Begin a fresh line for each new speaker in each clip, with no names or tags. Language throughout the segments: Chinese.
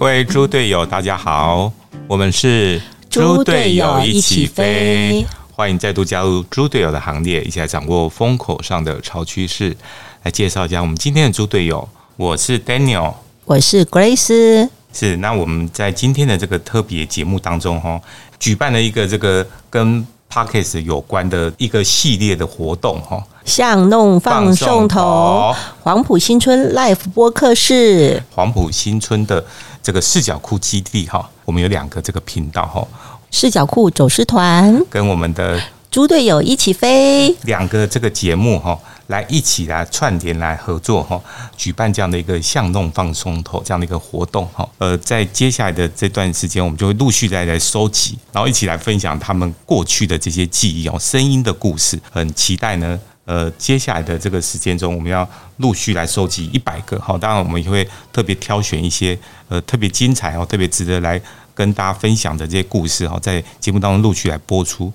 位猪队友，大家好，我们是
猪队友一起飞，
欢迎再度加入猪队友的行列，一起来掌握风口上的潮趋势。来介绍一下我们今天的猪队友，我是 Daniel，
我是 Grace，
是那我们在今天的这个特别节目当中，哈，举办了一个这个跟 Parkes 有关的一个系列的活动，哈，
向弄放送头，黄埔新村 Life 播客室，
黄埔新村的这个视角库基地，哈，我们有两个这个频道，哈，
视角库走失团，
跟我们的
猪队友一起飞，
两个这个节目，哈。来一起来串联来合作哈，举办这样的一个巷弄放松头这样的一个活动哈。呃，在接下来的这段时间，我们就会陆续来来收集，然后一起来分享他们过去的这些记忆哦，声音的故事。很期待呢。呃，接下来的这个时间中，我们要陆续来收集一百个哈。当然，我们也会特别挑选一些呃特别精彩哦，特别值得来跟大家分享的这些故事哈，哦在节目当中陆续来播出。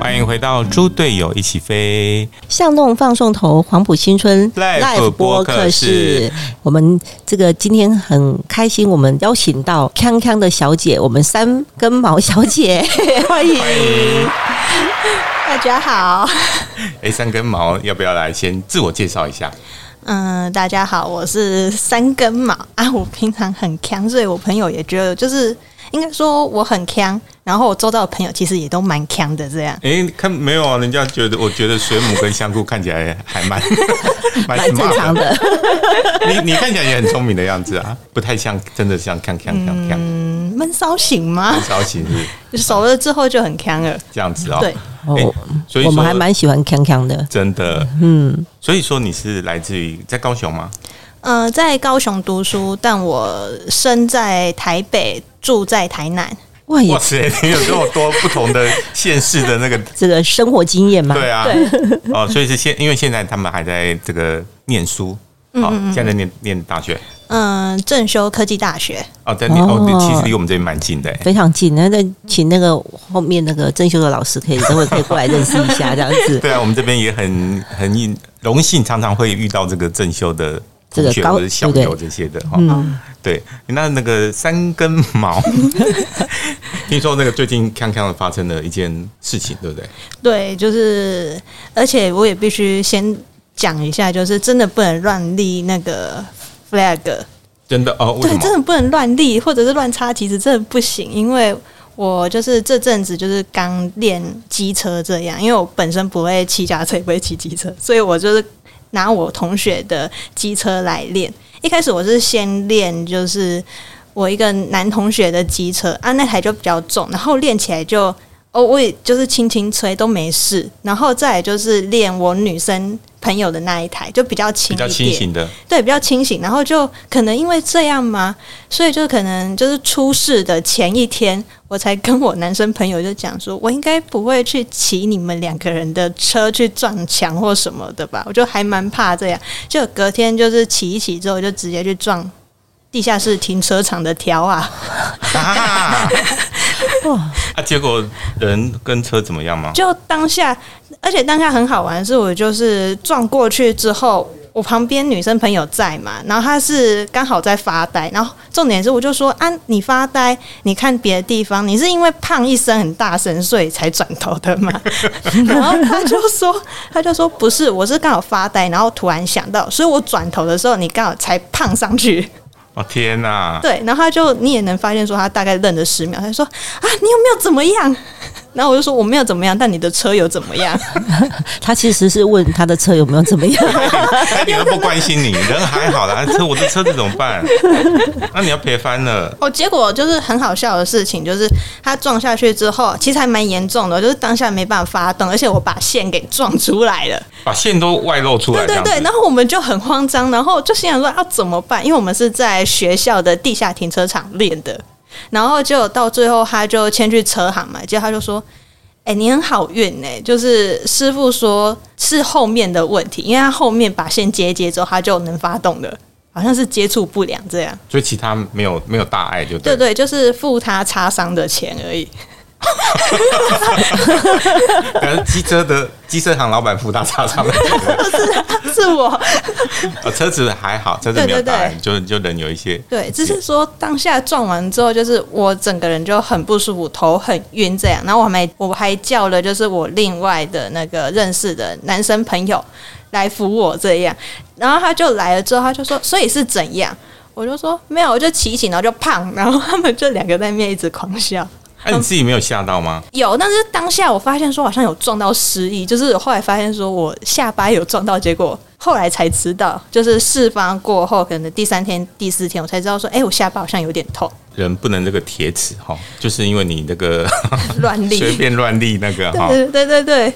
欢迎回到猪队友一起飞。
向弄放送头，黄埔新村
Live 播
播
客
客
室
室。我们这个今天很开心，我们邀请到康康的小姐，我们三根毛小姐，欢迎
大家好，
哎，三根毛要不要来先自我介绍一下？
嗯、大家好，我是三根毛 啊。我平常很强，所以我朋友也觉得就是应该说我很强，然后我周到的朋友其实也都蛮强的这样。
哎，看没有啊？人家觉得，我觉得水母跟香菇看起来还蛮蛮
蛮
smart
正常。的。
你你看起来也很聪明的样子啊，不太像真的像看看看看
嗯，闷骚型吗？
烧起是
熟了之后就很强了。
这样子哦。
对，
哎
哦，
所以
我
说
们还蛮喜欢康康的。
真的，嗯。所以说你是来自于在高雄吗？
嗯、在高雄读书，但我生在台北，住在台南。
哇，也
哇塞，你有这么多不同的县市的那个，
这个生活经验嘛，
对啊，哦，所以是现因为现在他们还在这个念书，好，现在在念念大学。
嗯、正修科技大学。
哦，在你哦，
哦
其实离我们这边蛮近的哎。
非常近。那那请那个后面那个正修的老师可以等会可以过来认识一下，这样 子。
对啊，我们这边也很很荣幸，常常会遇到这个正修的
这
同
个
学
高
或者校
对嗯
友
不
这些的哈。对，那那个三根 毛，听说那个最近康康的发生了一件事情，对不对？
对，就是，而且我也必须先讲一下，就是真的不能乱立那个 flag，
真的哦，为什
对，真
么？
的不能乱立或者是乱插旗子，真的不行，因为。我就是这阵子就是刚练机车这样，因为我本身不会骑脚踏车，也不会骑机车，所以我就是拿我同学的机车啊来练。一开始我是先练，就是我一个男同学的机车啊，那台就比较重，然后练起来就哦，我也就是轻轻吹都没事。然后再来就是练我女生朋友的那一台，就比较轻
比
一点，
较清醒 的，
对，比较清醒，然后就可能因为这样嘛，所以就可能就是出事的前一天，我才跟我男生朋友就讲说，我应该不会去骑你们两个人的车去撞墙或什么的吧，我就还蛮怕这样。就隔天就是骑一骑之后，就直接去撞地下室停车场的条啊，
啊，啊，结果人跟车怎么样吗？
就当下，而且当下很好玩，是我就是撞过去之后，我旁边女生朋友在嘛，然后她是刚好在发呆，然后重点是我就说啊，你发呆，你看别的地方，你是因为胖一声很大声，所以才转头的嘛。然后她就说，她就说不是，我是刚好发呆，然后突然想到，所以我转头的时候，你刚好才胖上去。
哦天哪、
对，啊然后他就你也能发现说他大概愣了十秒，他就说啊，你有没有怎么样？ 然后我就说我没有怎么样，但你的车有怎么样？
他其实是问他的车有没有怎么样，
哎 他一点都不关心 你，人还好啦，车我的车子怎么办？那你要赔翻了。
哦，结果就是很好笑的事情，就是他撞下去之后，其实还蛮严重的，就是当下没办法发动，而且我把线给撞出来了。
把线都外露出来，这
对对
样子
对，然后我们就很慌张，然后就心想说要、啊、怎么办？因为我们是在学校的地下停车场练的，然后就到最后他就先去车行嘛，结果他就说。哎、你很好运哎、就是师傅说是后面的问题，因为他后面把线接一接之后，他就能发动了。好像是接触不良这样。
所以其他没有没有大碍就对
对
了。
对，就是付他擦伤的钱而已。
可是机车的机车行老板付大差 上的钱，
是我
呃车子还好，车子没有大碍，就就人有一些
对，只是说当下撞完之后，就是我整个人就很不舒服，头很晕这样。然后我还我还叫了，就是我另外的那个认识的男生朋友来扶我这样。然后他就来了之后，他就说：“所以是怎样？”我就说：“没有，我就骑一骑，然后就胖。”然后他们就两个在那边一直狂笑。
哎、你自己没有吓到吗？
有，但是当下我发现说好像有撞到失忆，就是后来发现说我下巴有撞到，结果后来才知道，就是事发过后，可能第三天、第四天我才知道说，哎、我下巴好像有点痛，
人不能这个铁齿哈，就是因为你那个
乱立。
随便啊乱立那个哈，
对对对对，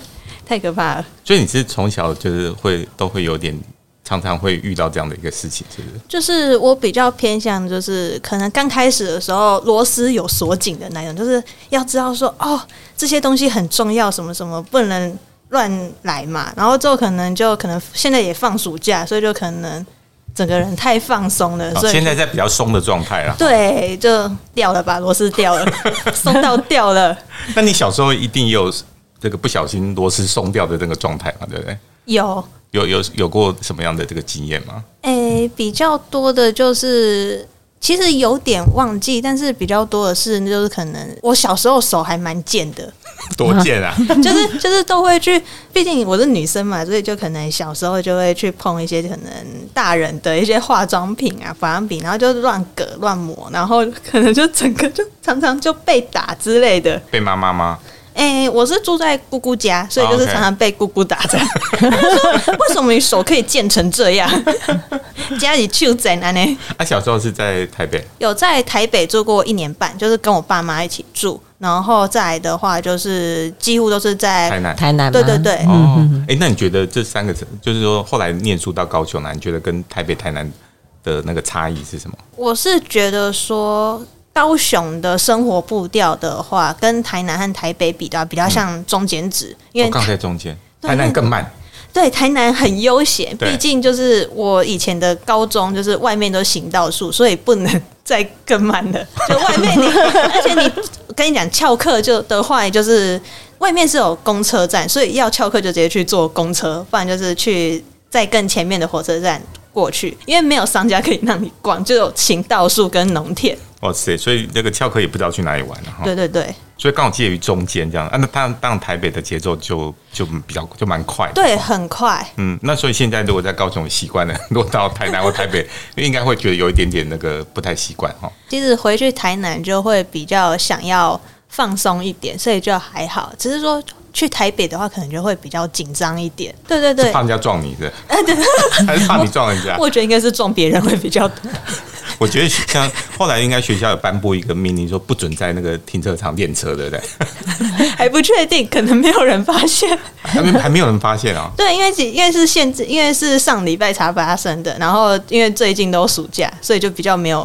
太可怕了。
所以你是从小就是会都会有点常常会遇到这样的一个事情，是不是？
就是我比较偏向，就是可能刚开始的时候螺丝有锁紧的那种，就是要知道说哦，这些东西很重要，什么什么不能乱来嘛。然后之后可能就可能现在也放暑假，所以就可能整个人太放松了，
好
所以
哦现在在比较松的状态啦。
对就掉了吧，螺丝掉了，松到掉了。
那你小时候一定也有这个不小心螺丝松掉的这个状态嘛，对不对？
有
有有有过什么样的这个经验 吗？
诶、哎比较多的就是，其实有点忘记，但是比较多的是，就是可能我小时候手还蛮贱的，
多见啊！
就是就是都会去，毕竟我是女生嘛，所以就可能小时候就会去碰一些可能大人的一些化妆品啊、保养品，然后就乱割乱抹，然后可能就整个就常常就被打之类的。
被妈妈吗？
哎、我是住在姑姑家，所以就
哦
是
OK
常常被姑姑打 这样。说为什么你手可以健成这样？家里就在那呢。
他、啊小时候是在台北，
有在台北住过一年半，就是跟我爸妈一起住，然后再来的话就是几乎都是
台
在
南。
台南吗
对对对
哦，
嗯
哎、那你觉得这三个城，就是说后来念书到高雄呢，你觉得跟台北、台南的那个差异是什么？
我是觉得说，高雄的生活步调的话，跟台南和台北比的话，比较像中间值，因
我
为
哦刚在中间，
对
台南更慢，
对台南很悠闲，
对
毕竟就是我以前的高中，就是外面都行道树，所以不能再更慢了。就外面你，而且你，我跟你讲，翘课就的话，就是外面是有公车站，所以要翘课就直接去坐公车，不然就是去在更前面的火车站过去，因为没有商家可以让你逛，就有行道树跟农田。
哇塞！哦所以那个翘课也不知道去哪里玩了、哈。
对对对。
所以刚好介于中间这样。啊，那当然当然台北的节奏就就比较就蛮快的。
对，很快。
嗯，那所以现在如果在高雄习惯了， 如果到台南或台北，应该会觉得有一点点那个不太习惯哈。
其实回去台南就会比较想要放松一点，所以就还好。只是说去台北的话，可能就会比较紧张一点。对对
是
对
怕，人家撞你是不是？ 还是怕你撞人家？
我觉得应该是撞别人会 比较多。
我觉得像后来应该学校有颁布一个命令，说不准在那个停车场练车，对不对？
还不确定，可能没有人发现。
还没还没有人发现哦。
对，因为其因为是限制，因为是上礼拜才发生的，然后因为最近都暑假，所以就比较没有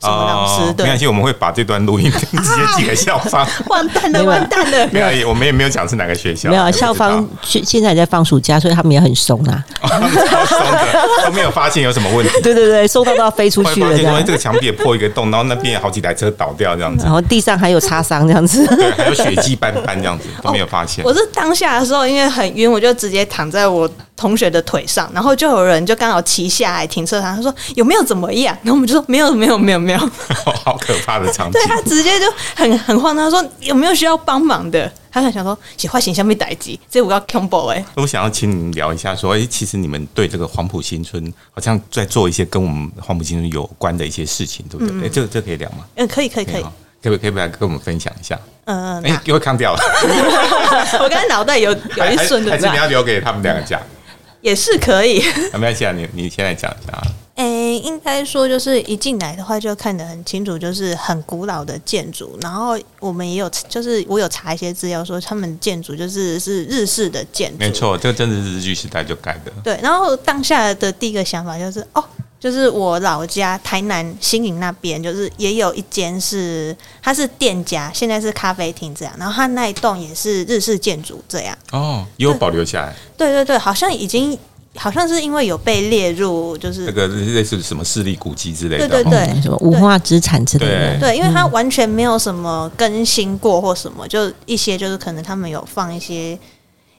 什么老师。
哦没关
对，
系，我们会把这段录音 直接寄给校方。
完蛋
没
了，
有
完蛋了。
没有，也我们也没有讲是哪个学校，
没有
也
啊，
不知道
校方现现在也在放暑假，所以他们也很松啊。
哦 超松的，都没有发现有什么问题。
对对对，松到都要飞出
后来
去
发
了这
现说
样
这。个墙壁也破一个洞，然后那边有好几台车倒掉这样子，
然后地上还有擦伤这样子，
对，还有血迹斑斑这样子都没有发现。
哦 我是当下的时候，因为很晕，我就直接躺在我同学的腿上，然后就有人就刚好骑下来停车场，他说有没有怎么样？然后我们就说没有，没有，没 有，没有。
好可怕的场景
对。啊他直接就很很慌张，他说有没有需要帮忙的？他很想说，喜欢形象被逮击，这我要 combo 哎、
我想要请你们聊一下，说，哎、其实你们对这个黄埔新村好像在做一些跟我们黄埔新村有关的一些事情，对不对？哎、这个这个可以聊吗？
嗯，可以，嗯可以，可以
哈，可不可以来跟我们分享一下？
嗯、
哎、给我看 掉了，
我刚才脑袋有有
还
一
还
瞬的
还，是你要留给他们两个讲？
也是可以。
啊没关系啊，你你现在讲一下啊。
诶、应该说就是一进来的话就看得很清楚，就是很古老的建筑。然后我们也有，就是我有查一些资料说，他们建筑就是是日式的建筑，
没。错，这个真的是日据时代就改的。
对，然后当下的第一个想法就是，哦，就是我老家台南新营那边，就是也有一间是它是店家，现在是咖啡厅这样，然后它那一栋也是日式建筑这样。
哦，也有保留下来。
对对对，好像已经好像是因为有被列入，就是
这个类似什么势力古迹之类的，哦
对对
嗯什么无化资产之类的，
对
对，因为它完全没有什么更新过或什么，就一些就是可能他们有放一些，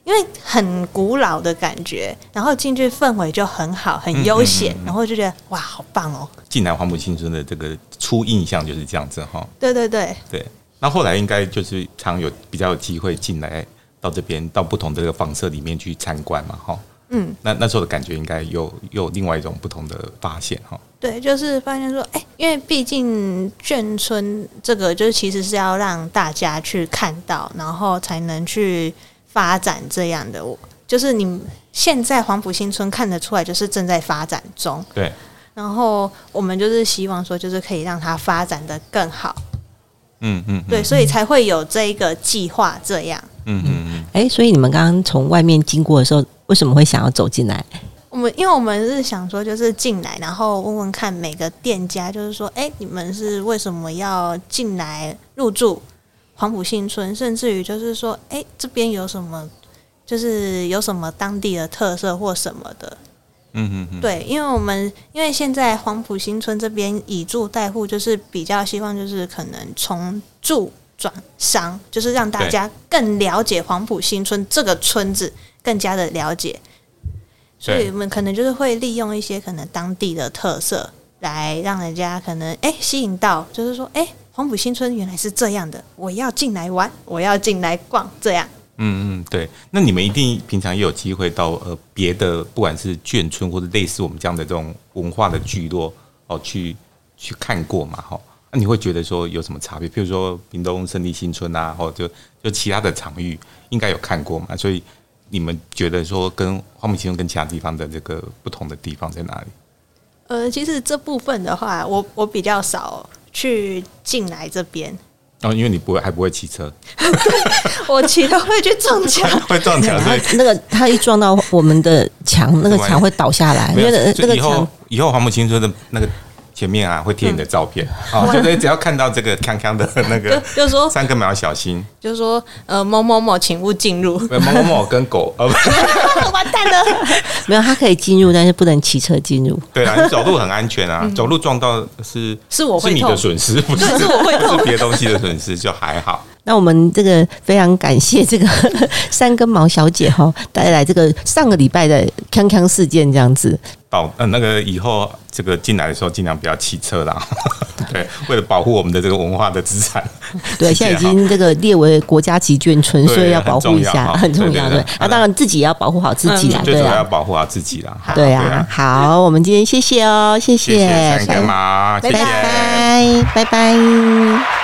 因为很古老的感觉，然后进去氛围就很好，很悠闲，然后就觉得哇，好棒哦！
进来《黄埔青春》的这个初印象就是这样子哈。
对对对，
对，那后来应该就是常有比较有机会进来到这边，到不同的这个房舍里面去参观嘛哈。
嗯，
那那时候的感觉应该有有另外一种不同的发现哈。
对，就是发现说，哎、因为毕竟眷村这个，就是其实是要让大家去看到，然后才能去发展这样的。我就是你现在黄埔新村看得出来，就是正在发展中。
对，
然后我们就是希望说，就是可以让它发展的更好，
嗯嗯，
对，所以才会有这一个计划这样。
嗯嗯嗯，
哎、所以你们刚刚从外面经过的时候，为什么会想要走进来？
我们因为我们是想说，就是进来，然后问问看每个店家，就是说，哎、你们是为什么要进来入住黄埔新村？甚至于就是说，哎、这边有什么，就是有什么当地的特色或什么的。
嗯嗯嗯，
对，因为我们因为现在黄埔新村这边以住代护，就是比较希望就是可能从住转商，就是让大家更了解黄埔新村这个村子，更加的了解。所以
对
我们可能就是会利用一些可能当地的特色，来让人家可能哎、吸引到，就是说哎、黄埔新村原来是这样的，我要进来玩，我要进来逛，这样。
嗯嗯，对。那你们一定平常也有机会到呃别的，不管是眷村或者类似我们这样的这种文化的聚落哦，去去看过嘛，哈、那你会觉得说有什么差别？譬如说屏东胜利新村啊，或、就就其他的场域应该有看过嘛，所以你们觉得说跟花木新村跟其他地方的这个不同的地方在哪里？
呃，其实这部分的话，我我比较少去进来这边，
哦，因为你不会还不会骑车，
我骑了会去撞 墙。
会撞墙，
然后
所以
那个他一撞到我们的墙，那个
么
墙会倒下来，因
没有
为那
就
那个
以后
墙
以后黄埔青春的那个前面啊，会贴你的照片
嗯
啊， 就是只要看到这个康康的那
就
个
就
哦
说
三个秒小心，
就说呃某某某，请勿进入。
呃某某某跟狗，呃，不
完蛋了！
没有，他可以进入，但是不能骑车进入。
对啊，你走路很安全啊，
嗯
走路撞到是
是我会
是你的
痛
损失，不是
对是我会
不
痛
是别东西的损失，就还好。
那我们这个非常感谢这个 三根毛小姐哈、带来这个上个礼拜的康康事件这样子。
保呃那个以后这个进来的时候尽量不要骑车 啦，对，为了保护我们的这个文化的资产，
对，
是
现在已
这样
经这个列为国家级眷村，
对
所以要保护一下，
很
很
重要
重要。
对对
对
对，
啊，当然自己也要保护好自己啦，
最
对
主要要
啊，
保护好自己啦。哈
对啊。，好，我们今天谢谢哦，谢
谢谢三
三
个毛，谢
拜
谢。
拜，拜拜。